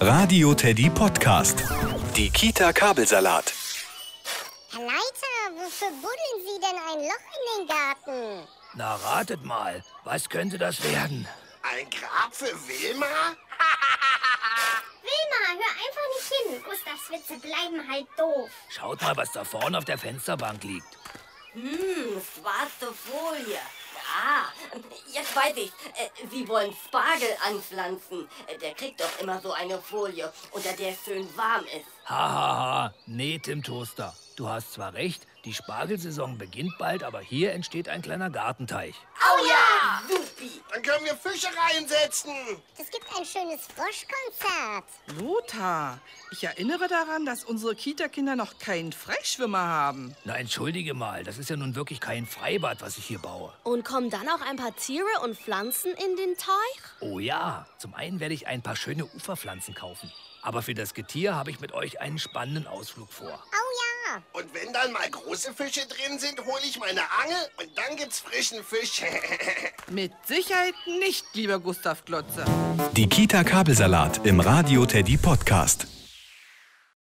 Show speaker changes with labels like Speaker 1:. Speaker 1: Radio Teddy Podcast. Die Kita Kabelsalat.
Speaker 2: Herr Leiter, wofür buddeln Sie denn ein Loch in den Garten?
Speaker 3: Na, ratet mal, was könnte das werden?
Speaker 4: Ein Grab für Wilma?
Speaker 2: Wilma, hör einfach nicht hin. Gustavs Witze bleiben halt doof.
Speaker 3: Schaut mal, was da vorne auf der Fensterbank liegt.
Speaker 5: Hm, schwarze Folie. Ah, jetzt weiß ich. Äh, Sie wollen Spargel anpflanzen. Äh, Der kriegt doch immer so eine Folie, unter der es schön warm ist.
Speaker 3: Hahaha, ha, ha. nee, Tim Toaster. Du hast zwar recht, die Spargelsaison beginnt bald, aber hier entsteht ein kleiner Gartenteich.
Speaker 5: Oh ja! Supi!
Speaker 4: Dann können wir Fische reinsetzen.
Speaker 2: Es gibt ein schönes Froschkonzert.
Speaker 6: Lothar, ich erinnere daran, dass unsere Kita-Kinder noch keinen Freischwimmer haben.
Speaker 3: Na, entschuldige mal, das ist ja nun wirklich kein Freibad, was ich hier baue.
Speaker 7: Und kommen dann auch ein paar Tiere und Pflanzen in den Teich?
Speaker 3: Oh ja, zum einen werde ich ein paar schöne Uferpflanzen kaufen. Aber für das Getier habe ich mit euch einen spannenden Ausflug vor.
Speaker 2: Oh ja.
Speaker 4: Und wenn dann mal große Fische drin sind, hole ich meine Angel und dann gibt's frischen Fisch.
Speaker 6: Mit Sicherheit nicht, lieber Gustav Glotze.
Speaker 1: Die Kita Kabelsalat im Radio Teddy Podcast.